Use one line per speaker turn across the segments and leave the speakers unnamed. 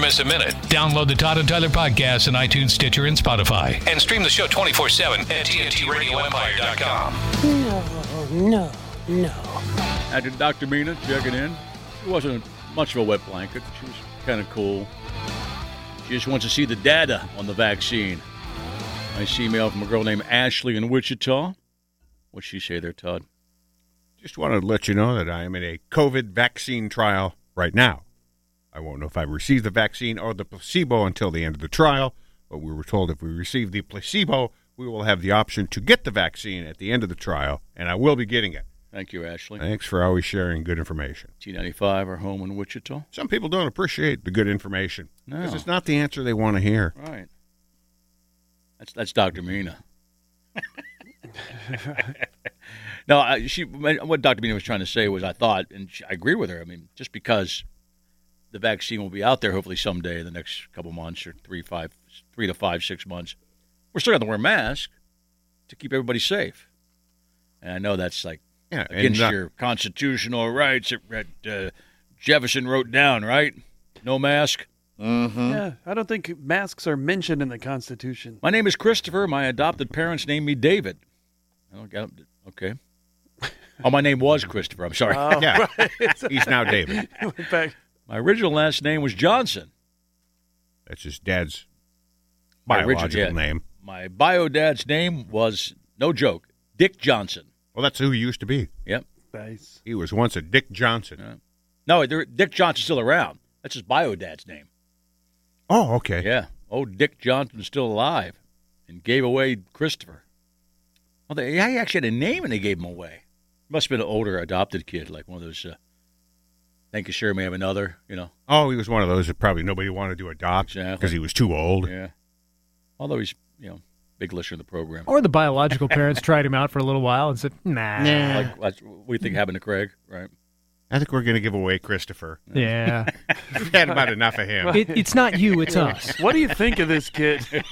miss a minute.
Download the Todd and Tyler podcast on iTunes, Stitcher, and Spotify.
And stream the show 24 7 at TNTRadioEmpire.com.
No, no.
After Dr. Mina checking in, she wasn't much of a wet blanket. She was kind of cool. She just wants to see the data on the vaccine. Nice email from a girl named Ashley in Wichita. What'd she say there, Todd?
Just wanted to let you know that I am in a COVID vaccine trial right now. I won't know if I receive the vaccine or the placebo until the end of the trial, but we were told if we receive the placebo, we will have the option to get the vaccine at the end of the trial, and I will be getting it.
Thank you, Ashley.
Thanks for always sharing good information.
T95, our home in Wichita.
Some people don't appreciate the good information
No.
because it's not the answer they want to hear.
Right. That's that's Dr. Mina. no, I, she. What Dr. Mina was trying to say was, I thought, and she, I agree with her. I mean, just because the vaccine will be out there, hopefully someday in the next couple months or three, five, three to five, six months, we're still going to wear masks to keep everybody safe. And I know that's like
Yeah, and uh,
against
not-
your constitutional rights that uh, Jefferson wrote down, right? No mask. Hmm?
Yeah, I don't think masks are mentioned in the Constitution.
My name is Christopher. My adopted parents named me David. I don't get okay. Oh, my name was Christopher. I'm sorry.
yeah. He's now David.
In fact,
my original last name was Johnson.
That's his dad's
My original-
biological
yeah.
name.
My bio dad's name was no joke, Dick Johnson.
Well, that's who he used to be.
Yep.
nice.
He was once a Dick Johnson.
Yeah. No, there- Dick Johnson's still around. That's his bio dad's name.
Oh, okay.
Yeah. Oh, Dick Johnson's still alive, and gave away Christopher. Well, they, yeah, he actually had a name, and they gave him away. Must have been an older adopted kid, like one of those. Uh, Thank you, sure. May I have another? You know.
Oh, he was one of those that probably nobody wanted to adopt because
Exactly.
he was too old.
Yeah. Although he's, you know, big listener of the program.
Or the biological parents tried him out for a little while and said, nah.
Like, that's what do you think happened to Craig, right?
I think we're going to give away Christopher.
Yeah.
We've had about enough of him.
it, it's not you, it's us.
What do you think of this kid?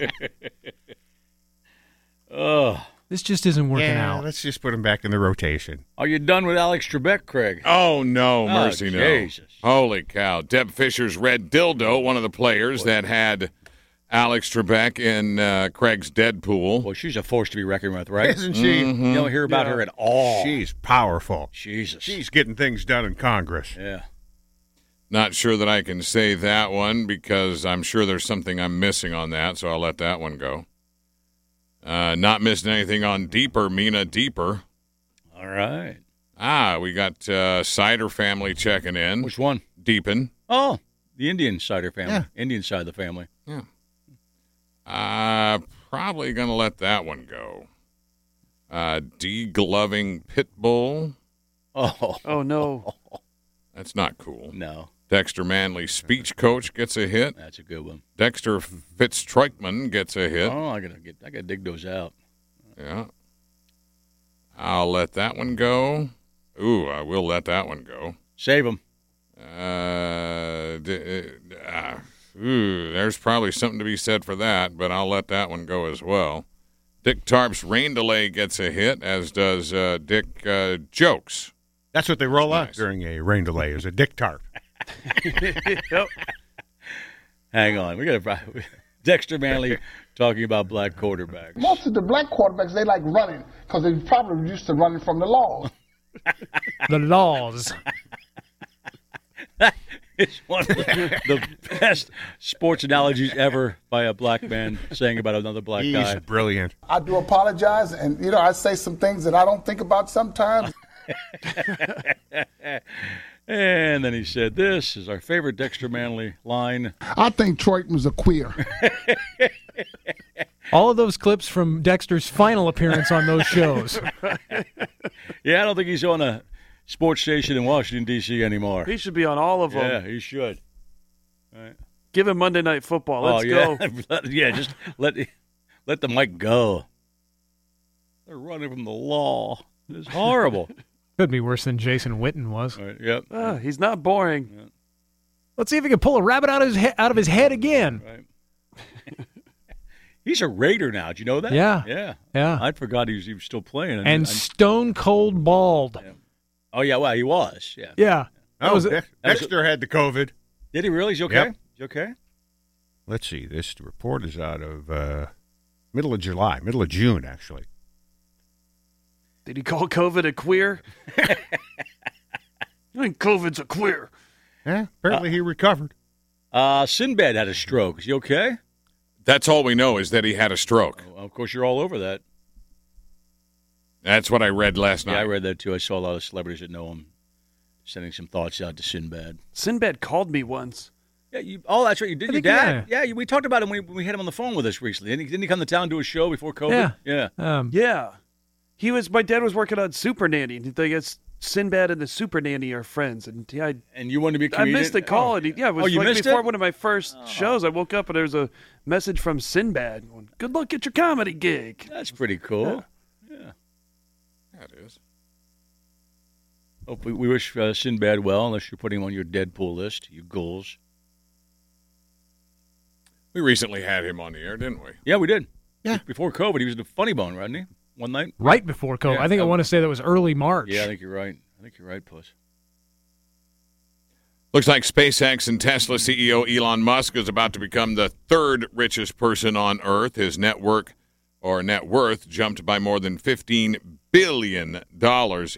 Ugh.
This just isn't working
yeah,
out.
let's just put him back in the rotation.
Are you done with Alex Trebek, Craig?
Oh no,
Oh,
mercy no!
Jesus.
Holy cow! Deb Fisher's red dildo, one of the players that had Alex Trebek in uh, Craig's Deadpool.
Well, she's a force to be reckoned with, right? Mm-hmm.
Isn't she? Oh,
You don't hear about
Yeah.
her at all.
She's powerful.
Jesus.
She's getting things done in Congress.
yeah.
Not sure that I can say that one because I'm sure there's something I'm missing on that, so I'll let that one go. Uh, not missing anything on Deeper, Mina Deeper.
All right.
Ah, we got uh, Cider Family checking in.
Which one?
Deepin.
Oh, the Indian cider family.
Yeah.
Indian side of the family.
Uh, probably going to let that one go. Uh, degloving Pitbull.
Oh.
Oh no.
That's not cool.
No,
Dexter Manley, speech coach, gets a hit.
that's a good one.
Dexter Fitztroikman gets a hit.
Oh, I gotta get. I gotta dig those out.
Yeah. I'll let that one go. Ooh, I will let that one go.
Save them.
Uh, d- uh, ah, ooh, there's probably something to be said for that, but I'll let that one go as well. Dick Tarp's rain delay gets a hit, as does uh, Dick uh, Jokes.
That's what they roll out
Nice.
during a rain delay is a dick tarp.
Yep.
Hang on. We gotta. Dexter Manley talking about black quarterbacks.
Most of the black quarterbacks, they like running because they probably used to running from the law.
The laws.
It's one of the, the best sports analogies ever by a black man saying about another black
He's
guy.
brilliant.
I do apologize, and you know I say some things that I don't think about sometimes.
And then he said, This is our favorite Dexter Manley line.
I think Troitman's a queer.
All of those clips from Dexter's final appearance on those shows.
Yeah, I don't think he's on a sports station in Washington, D.C. anymore.
He should be on all of them.
Yeah, he should.
Give him Monday Night Football.
oh,
Let's
yeah.
go.
Let- yeah, just let, let the mic go. They're running from the law. It's horrible.
Could be worse than Jason Witten was.
All right, yep.
Ah, he's not boring.
Let's see if he can pull a rabbit out of his, he- out of his head again.
Right. he's a Raider now. Do you know that?
Yeah.
Yeah.
Yeah.
I'd forgot he was, he was still playing. I-
And
I-
stone cold bald.
Oh yeah, well he was. Yeah.
Yeah. That
Oh,
was-
Dex-
was-
Dexter had the COVID.
Did he really? Is he okay?
Yep.
Is he okay?
let's see, this report is out of uh, middle of July, middle of June, actually.
Did he call COVID a queer? I think COVID's a queer.
Yeah, apparently he recovered.
Uh, Sinbad had a stroke. Is he okay?
That's all we know is that he had a stroke.
Well, of course, you're all over that.
That's what I read last
Yeah, I
night.
read that too. I saw a lot of celebrities that know him sending some thoughts out to Sinbad.
Sinbad called me once.
Yeah, you, oh, that's right. You did
I
your
think,
dad? Yeah, you, we talked about him when we, we had him on the phone with us recently. Didn't he, didn't he come to town do a show before COVID? Yeah.
Um,
Yeah. He was my dad was working on Super Nanny. and I guess Sinbad and the Super Nanny are friends. And I
And you wanted to be a
I
comedian?
missed the call.
Oh,
and he, yeah, it was
Oh, you
like
missed
before
it? Oh.
one of my first shows. I woke up and there was a message from Sinbad. Going, Good luck at your comedy gig.
That's pretty cool.
That is.
Hope we, we wish uh, Sinbad well, unless you're putting him on your Deadpool list, you ghouls.
We recently had him on the air, didn't we?
Yeah, we did. Yeah. Before COVID, he was in the Funny Bone, wasn't he? One night?
right before COVID.
Yeah,
I think I
that
want to say that was early March.
Yeah, I think you're right. I think you're right, Puss.
Looks like SpaceX and Tesla CEO Elon Musk is about to become the third richest person on Earth. His network or net worth jumped by more than $15 billion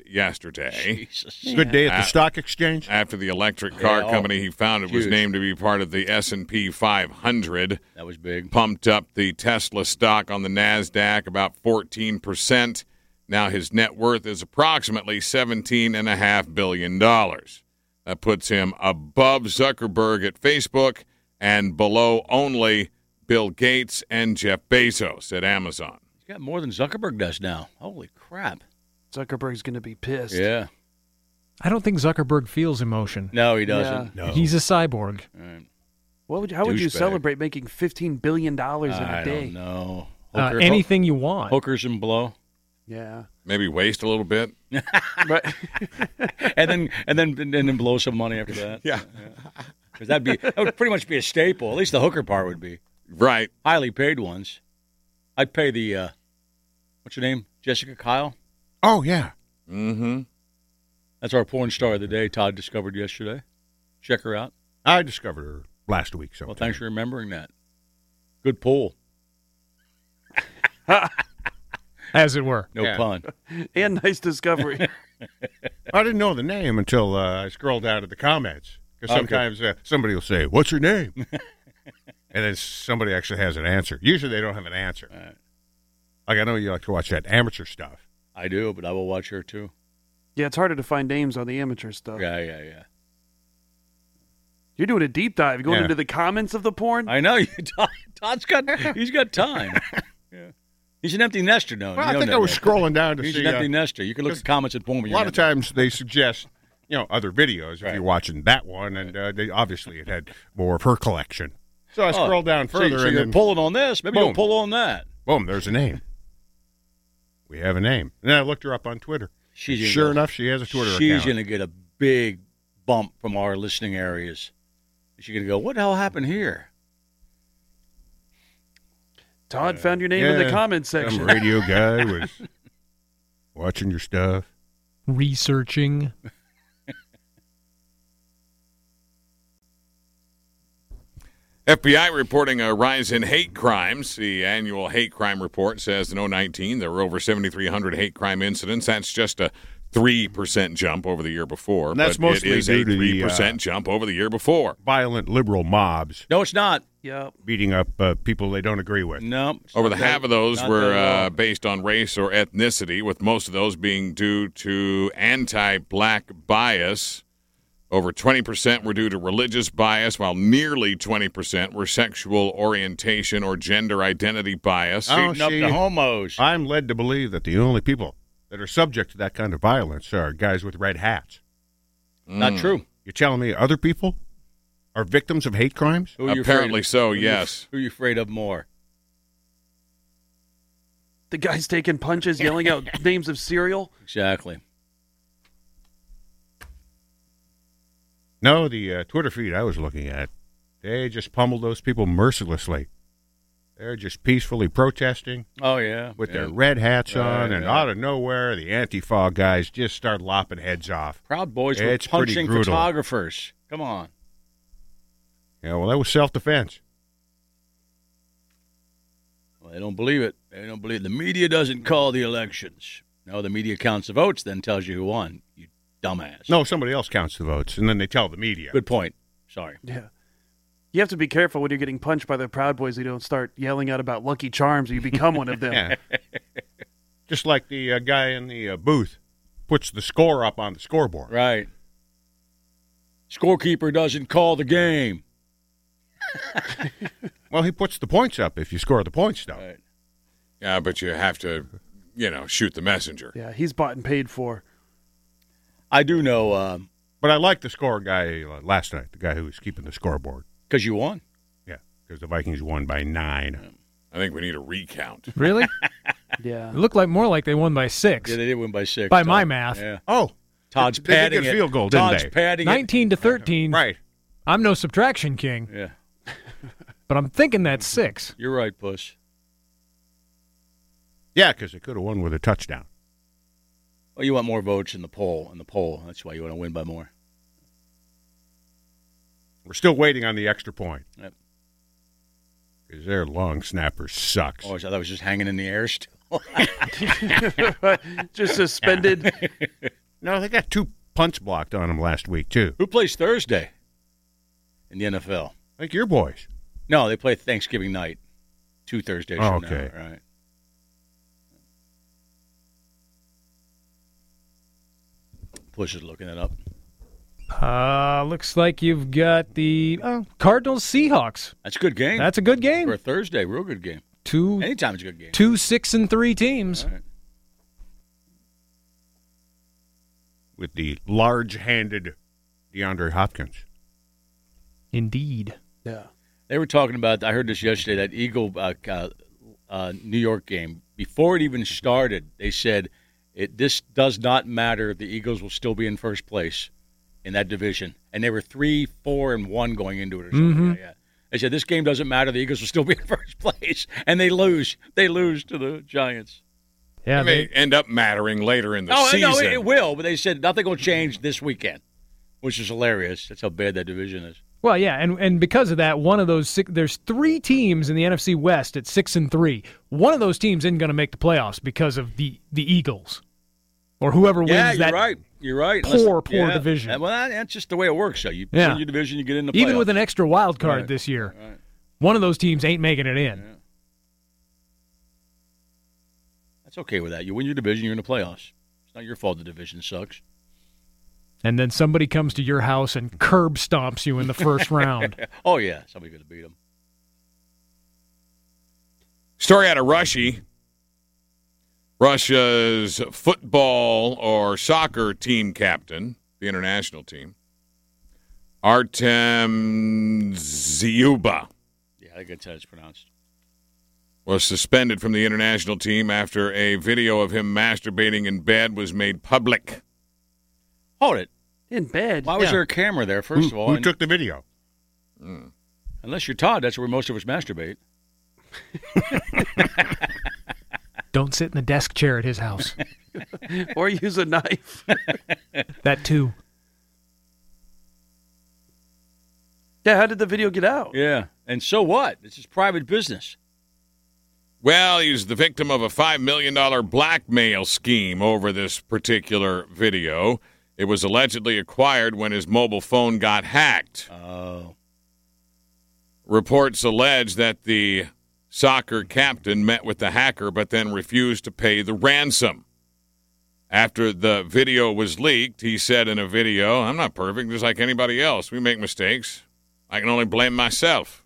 yesterday
Jesus.
Good day at
Uh,
Ah.
the stock exchange.
after the electric car
Yeah, oh,
company he founded was
huge.
named to be part of the S&P 500
That was big.
pumped up the Tesla stock on the Nasdaq about 14%. Now his net worth is approximately 17 and a half billion dollars. That puts him above Zuckerberg at Facebook and below only Bill Gates and Jeff Bezos at Amazon.
He's got more than Zuckerberg does now. Holy crap.
Zuckerberg's gonna be pissed.
Yeah.
I don't think Zuckerberg feels emotion.
No, he doesn't.
No.
He's a cyborg.
All right.
What would, how would you
Douchebag.
celebrate making fifteen billion dollars in
I
a day?
don't know.
Uh,
Hooker-
anything you want.
hookers and blow,
Yeah.
Maybe waste a little bit.
Right.
and then and then and then blow some money after that.
Yeah.
because that'd be that would pretty much be a staple. At least the hooker part would be
Right.
highly paid ones. I'd pay the uh, what's her name, Jessica Kyle.
Oh, yeah.
Mm-hmm.
That's our porn star of the day. Todd discovered yesterday. Check her out.
I discovered her last week. So
Well, thanks for remembering that. Good pull,
as it were.
no
Yeah.
pun.
and nice discovery.
I didn't know the name until uh, I scrolled down to the comments. Because
Okay.
sometimes uh, somebody will say, What's your name? and then somebody actually has an answer. Usually they don't have an answer.
Alright.
Like, I know you like to watch that amateur stuff.
I do, but I will watch her too.
yeah, it's harder to find names on the amateur stuff.
Yeah, yeah, yeah.
You're doing a deep dive, going
Yeah.
into the comments of the porn.
I know you. Todd, Todd's got he's got time. yeah. He's an empty nester now.
Well,
You
I
know
think I
that,
was
right?
scrolling down to
He's
see.
an
uh,
empty nester. You can look at
just-
times at porn.
a
when you're
lot of
empty.
times they suggest, you know, other videos if
Right.
you're watching that one. And uh, they, obviously it had more of her collection. So I
Oh,
scrolled down
so-
further
So,
and
you're
then,
pulling on this. Maybe you'll
Boom.
pull on that.
boom, there's a name. We have a name. And then I looked her up on Twitter.
She's gonna
sure
get-
enough, she has a Twitter
she's
account.
gonna get a big bump from our listening areas. She's gonna go, "What the hell happened here?" uh,
Todd found your name in
yeah.
the comment
Some
section.
radio guy was watching your stuff.
Researching.
FBI reporting a rise in hate crimes. The annual hate crime report says in 019 there were over 7,300 hate crime incidents. That's just a 3% jump over the year before.
And that's
but
mostly
it is
due
a
to the,
3%
uh,
jump over the year before.
Violent liberal mobs
No, it's not.
yep.
beating up uh, people they don't agree with.
No, it's
Over the
not
half
that-
of those
not
were
that at
uh,
all.
based on race or ethnicity, with most of those being due to anti black bias. Over 20% were due to religious bias, while nearly 20% were sexual orientation or gender identity bias.
Oh,
Beating up
she-
the homos.
I'm led to believe that the only people that are subject to that kind of violence are guys with red hats.
Mm.
Not true.
You're telling me other people are victims of hate crimes?
Who are you afraid
Apparently
of?
so,
Who are you-
yes.
Who are you afraid of more?
The guy's taking punches, yelling out names of cereal.
Exactly.
No, the uh, Twitter feed I was looking at, they just pummeled those people mercilessly. They're just peacefully protesting
Oh yeah,
with
yeah.
their red hats
Right,
on, and
yeah.
out of nowhere, the anti-fog guys just start lopping heads off.
Proud Boys were
It's pretty
punching
brutal.
photographers. Come on.
Yeah, well, that was self defense.
Well, they don't believe it. They don't believe it. The media doesn't call the elections. No, the media counts the votes, then tells you who won. You dumbass.
No, somebody else counts the votes, and then they tell the media.
Good point. Sorry.
Yeah. You have to be careful when you're getting punched by the Proud Boys. You don't start yelling out about Lucky Charms. You become one of them.
Yeah. Just like the uh, guy in the uh, booth puts the score up on the scoreboard.
Right. Scorekeeper doesn't call the game.
Well, he puts the points up if you score the points, though.
Right.
Yeah, but you have to, you know, shoot the messenger.
yeah, he's bought and paid for.
I do know um
But I like the score guy uh, last night, the guy who was keeping the scoreboard.
'cause because you won.
Yeah, because the Vikings won by nine.
I think we need a recount.
Really?
Yeah.
It looked like more like they won by six.
Yeah, they did win by six.
By my
Todd.
math.
Yeah.
Oh,
Todd's
They did
padding
get
it.
field goal, didn't
Todd's
they?
padding it.
19 to 13.
right.
I'm no subtraction king,
Yeah,
but I'm thinking that's six.
you're right, Puss.
Yeah, because they could have won with a touchdown.
Well, you want more votes in the poll. In the poll, that's why you want to win by more.
We're still waiting on the extra point.
Yep.
Because their long snapper sucks.
Oh, I thought it was just hanging in the air still.
Just suspended.
No, they got two punts blocked on them last week, too.
Who plays Thursday in the NFL?
Like your boys.
No, they play Thanksgiving night, two Thursdays.
Oh,
from
okay.
Now, right. Push is looking it up.
Uh, looks like you've got the uh, Cardinals Seahawks.
That's a good game.
That's a good
for
game.
a Thursday. Real good game.
Two,
Anytime it's a good game.
two, six, and three teams.
All right.
with the large-handed DeAndre Hopkins.
Indeed.
yeah.
They were talking about. I heard this yesterday. That Eagle uh, uh, uh, New York game before it even started, they said it. This does not matter. The Eagles will still be in first place in that division, and they were three, four, and one going into it. Or something.
Mm-hmm.
Yeah, yeah. They said this game doesn't matter. The Eagles will still be in first place, and they lose. They lose to the Giants.
Yeah,
it may
they,
end up mattering later in the
no,
season.
no, it, it will. But they said nothing will change this weekend, which is hilarious. That's how bad that division is.
well, yeah, and, and because of that, one of those six, there's three teams in the NFC West at six and three. One of those teams isn't going to make the playoffs because of the the Eagles or whoever wins
Yeah, you're
that.
right. You're right.
poor, poor division.
Uh, Well, that- that's just the way it works. So you
Yeah.
win your division, you get in the
Even
playoffs.
with an extra wild card
Right.
this year,
Right.
one of those teams ain't making it in.
That's okay with that. You win your division, you're in the playoffs. It's not your fault the division sucks.
And then somebody comes to your house and curb stomps you in the first round.
Oh yeah, somebody could have beat them.
Story out of Russia. Russia's football or soccer team captain, the international team, Artem Zyuba,
Yeah, I think that's how it's pronounced.
was suspended from the international team after a video of him masturbating in bed was made public.
Hold it.
In bed.
Why was
Yeah.
there a camera there? First
who
of all,
who
And
took the video?
unless you're Todd, that's where most of us masturbate.
Don't sit in the desk chair at his house.
Or use a knife.
that too.
yeah, how did the video get out?
Yeah, and so what? This is private business.
Well, he's the victim of a $5 million blackmail scheme over this particular video. It was allegedly acquired when his mobile phone got hacked.
Oh,
Reports allege that the soccer captain met with the hacker but then refused to pay the ransom. After the video was leaked, he said in a video, I'm not perfect, just like anybody else. We make mistakes. I can only blame myself.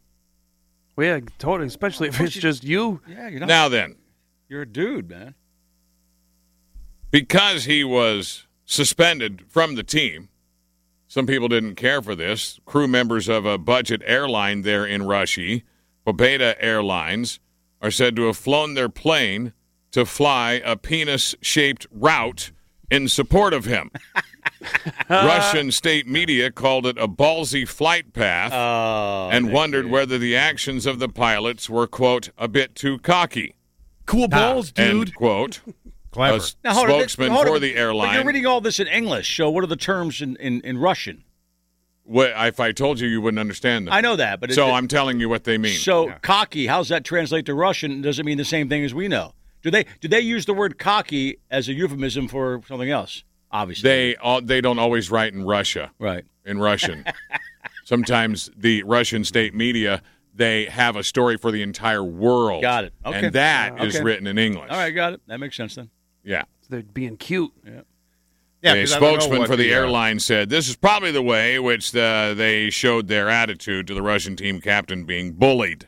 Well, yeah, totally. Especially if it's just you.
yeah, you're not.
Now then,
you're a dude, man.
because he was suspended from the team, some people didn't care for this. Crew members of a budget airline there in Russia, Pobeda Airlines, are said to have flown their plane to fly a penis shaped route in support of him. Russian state media called it a ballsy flight path
Oh,
and wondered whether the actions of the pilots were, quote, a bit too cocky,
Cool balls,
end quote.
Clever.
A s-
Now, hold on,
spokesman
hold on,
for
but-
the
But you're
airline.
reading all this in English, so what are the terms in, in, in Russian?
What, if I told you, you wouldn't understand them.
I know that, but it's
so
just-
I'm telling you what they mean.
So cocky. How's that translate to Russian? Doesn't mean the same thing as we know. Do they do they use the word cocky as a euphemism for something else? Obviously,
they all, they don't always write in Russia
right.
in Russian. Sometimes the Russian state media they have a story for the entire world.
Got it. Okay.
And that is
Okay.
written in English.
All right, got it. That makes sense then.
Yeah.
They're being cute.
Yeah,
a
'cause I don't know
spokesman
what
for the,
uh,
airline said, "This is probably the way which uh, they showed their attitude to the Russian team captain being bullied."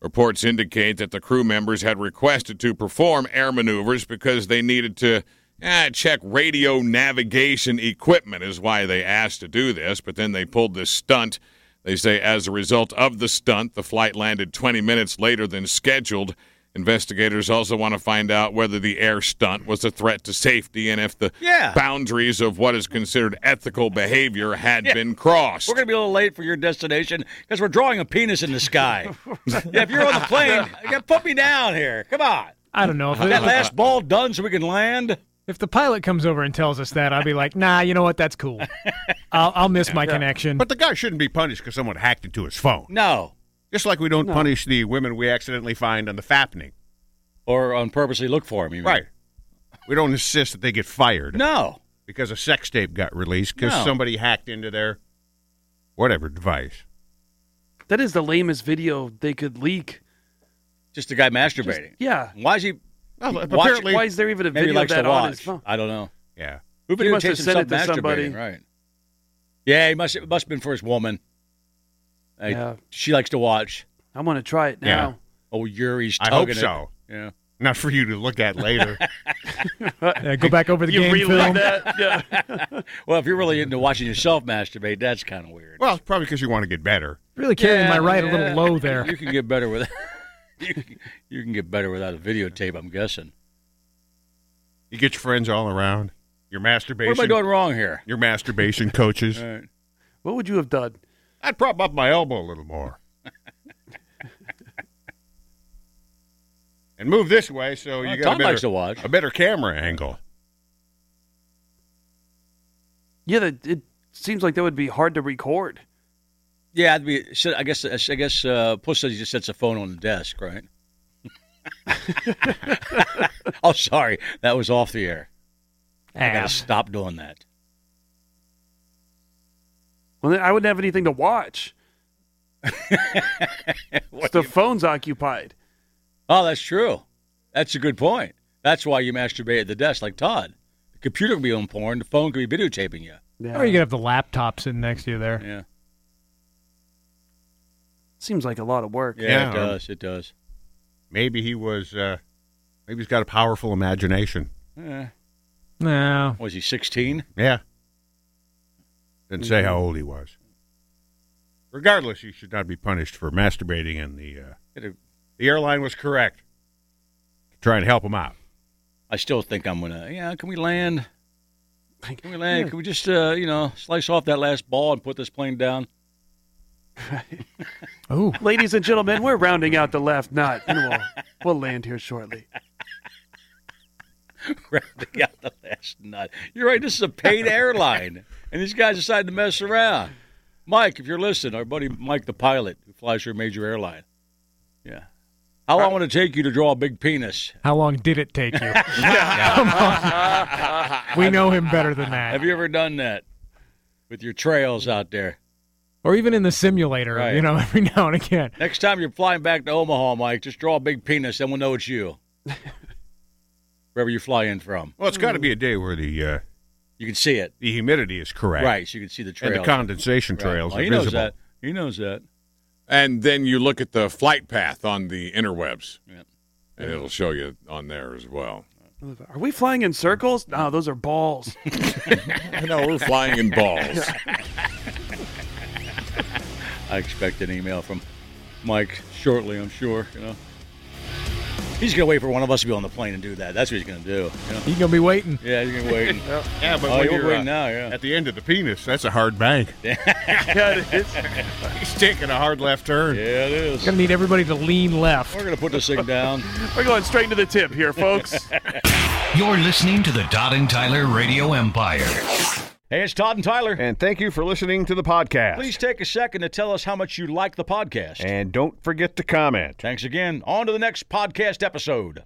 Reports indicate that the crew members had requested to perform air maneuvers because they needed to eh, check radio navigation equipment, is why they asked to do this. But then they pulled this stunt. They say as a result of the stunt, the flight landed 20 minutes later than scheduled. Investigators also want to find out whether the air stunt was a threat to safety and if the
Yeah.
boundaries of what is considered ethical behavior had been crossed.
We're gonna be a little late for your destination because we're drawing a penis in the sky. yeah, if you're on the plane, yeah, put me down here. Come on,
I don't know if
that
the,
last ball done so we can land.
if the pilot comes over and tells us that, I'd be like, nah, you know what? That's cool. I'll, I'll miss my connection.
But the guy shouldn't be punished because someone hacked into his phone.
No,
Just like we don't punish the women we accidentally find on the fappening.
or on purposely look for him. You mean.
Right. We don't insist that they get fired
No.
because a sex tape got released because
No.
somebody hacked into their whatever device.
That is the lamest video they could leak.
Just a guy masturbating.
Yeah.
Why is he?
Oh,
Watch-
apparently,
Why is there even a
Maybe he
video of
likes
that
to
on his
watch.
phone?
I don't know.
yeah.
Who
He must
videotaped
have
himself
sent it to
masturbating?
somebody.
Right. Yeah, he must. It must have been for his woman. I-
Yeah.
She likes to watch.
I'm gonna try it
Yeah.
now.
Oh, Yuri's
I
tugging
hope
it.
so.
Yeah.
Not for you to look at later.
Yeah, Uh, go back over the game film.
that? Yeah.
Well, if you're really into watching yourself masturbate, that's kind of weird.
well, it's probably because you want to get better.
Really carrying
Yeah,
my right a
yeah.
little low there.
You can get better with. you, can- you can get better without a videotape. I'm guessing.
You get your friends all around. Your masturbation.
What am I doing wrong here?
Your masturbation coaches.
All right.
What would you have done?
I'd prop up my elbow a little more. and move this way so
Well,
you got
Uh, Tom
a better,
likes to watch.
a better camera angle.
Yeah, that it seems like that would be hard to record.
Yeah, I'd be, so I guess. I guess. Uh, Puss says he just sets a phone on the desk, right? oh, sorry, that was off the air. I gotta
Ass.
stop doing that.
Well, then I wouldn't have anything to watch.
What
the phone's occupied.
Oh, that's true. That's a good point. That's why you masturbate at the desk, like Todd. The computer could be on porn. The phone could be videotaping you.
Yeah.
Or you could have the laptop sitting next to you there.
Yeah,
Seems like a lot of work.
yeah,
Yeah.
it does. It does.
Maybe he was. Uh, maybe he's got a powerful imagination.
Eh,
No.
was he 16?
Yeah. Didn't say how old he was. Regardless, you should not be punished for masturbating, and the uh,
Could've-
the airline was correct. Try and help him out.
I still think I'm gonna. Yeah, can we land?
Like,
Can we land? Can we just, uh, you know, slice off that last ball and put this plane down?
Oh,
Ladies and gentlemen, we're rounding out the left knot, and we'll, we'll land here shortly.
Rounding out the last nut. You're right. This is a paid airline, and these guys decided to mess around. Mike, if you're listening, our buddy Mike, the pilot who flies your major airline. Yeah. How long would it take you to draw a big penis?
how long did it take you? Come on. We know him better than that.
Have you ever done that with your trails out there?
Or even in the simulator,
Right.
you know, every now and again.
Next time you're flying back to Omaha, Mike, just draw a big penis, then we'll know it's you. Wherever you fly in from,
Well, it's got to be a day where the uh,
you can see it.
the humidity is correct,
Right, so you can see the trail.
And the condensation trails
Well,
are
he
visible.
knows that. He knows that.
And then you look at the flight path on the interwebs,
Yep.
and it'll show you on there as well.
Are we flying in circles? No, those are balls.
no, we're flying in balls.
I expect an email from Mike shortly. I'm sure. You know, he's gonna wait for one of us to be on the plane and do that. That's what he's gonna do. You know?
He's going to be waiting.
Yeah, he's gonna wait.
Yeah, but
Oh,
when
you're
you're,
waiting
uh,
now, yeah.
At the end of the penis, that's a hard bank.
Yeah, it is.
He's taking a hard left turn.
yeah, it is.
Going to need everybody to lean left.
We're gonna put this thing down.
We're going straight to the tip here, folks.
You're listening to the Todd and Tyler Radio Empire.
Hey, it's Todd and Tyler.
And thank you for listening to the podcast.
Please take a second to tell us how much you like the podcast.
And don't forget to comment.
Thanks again. On to the next podcast episode.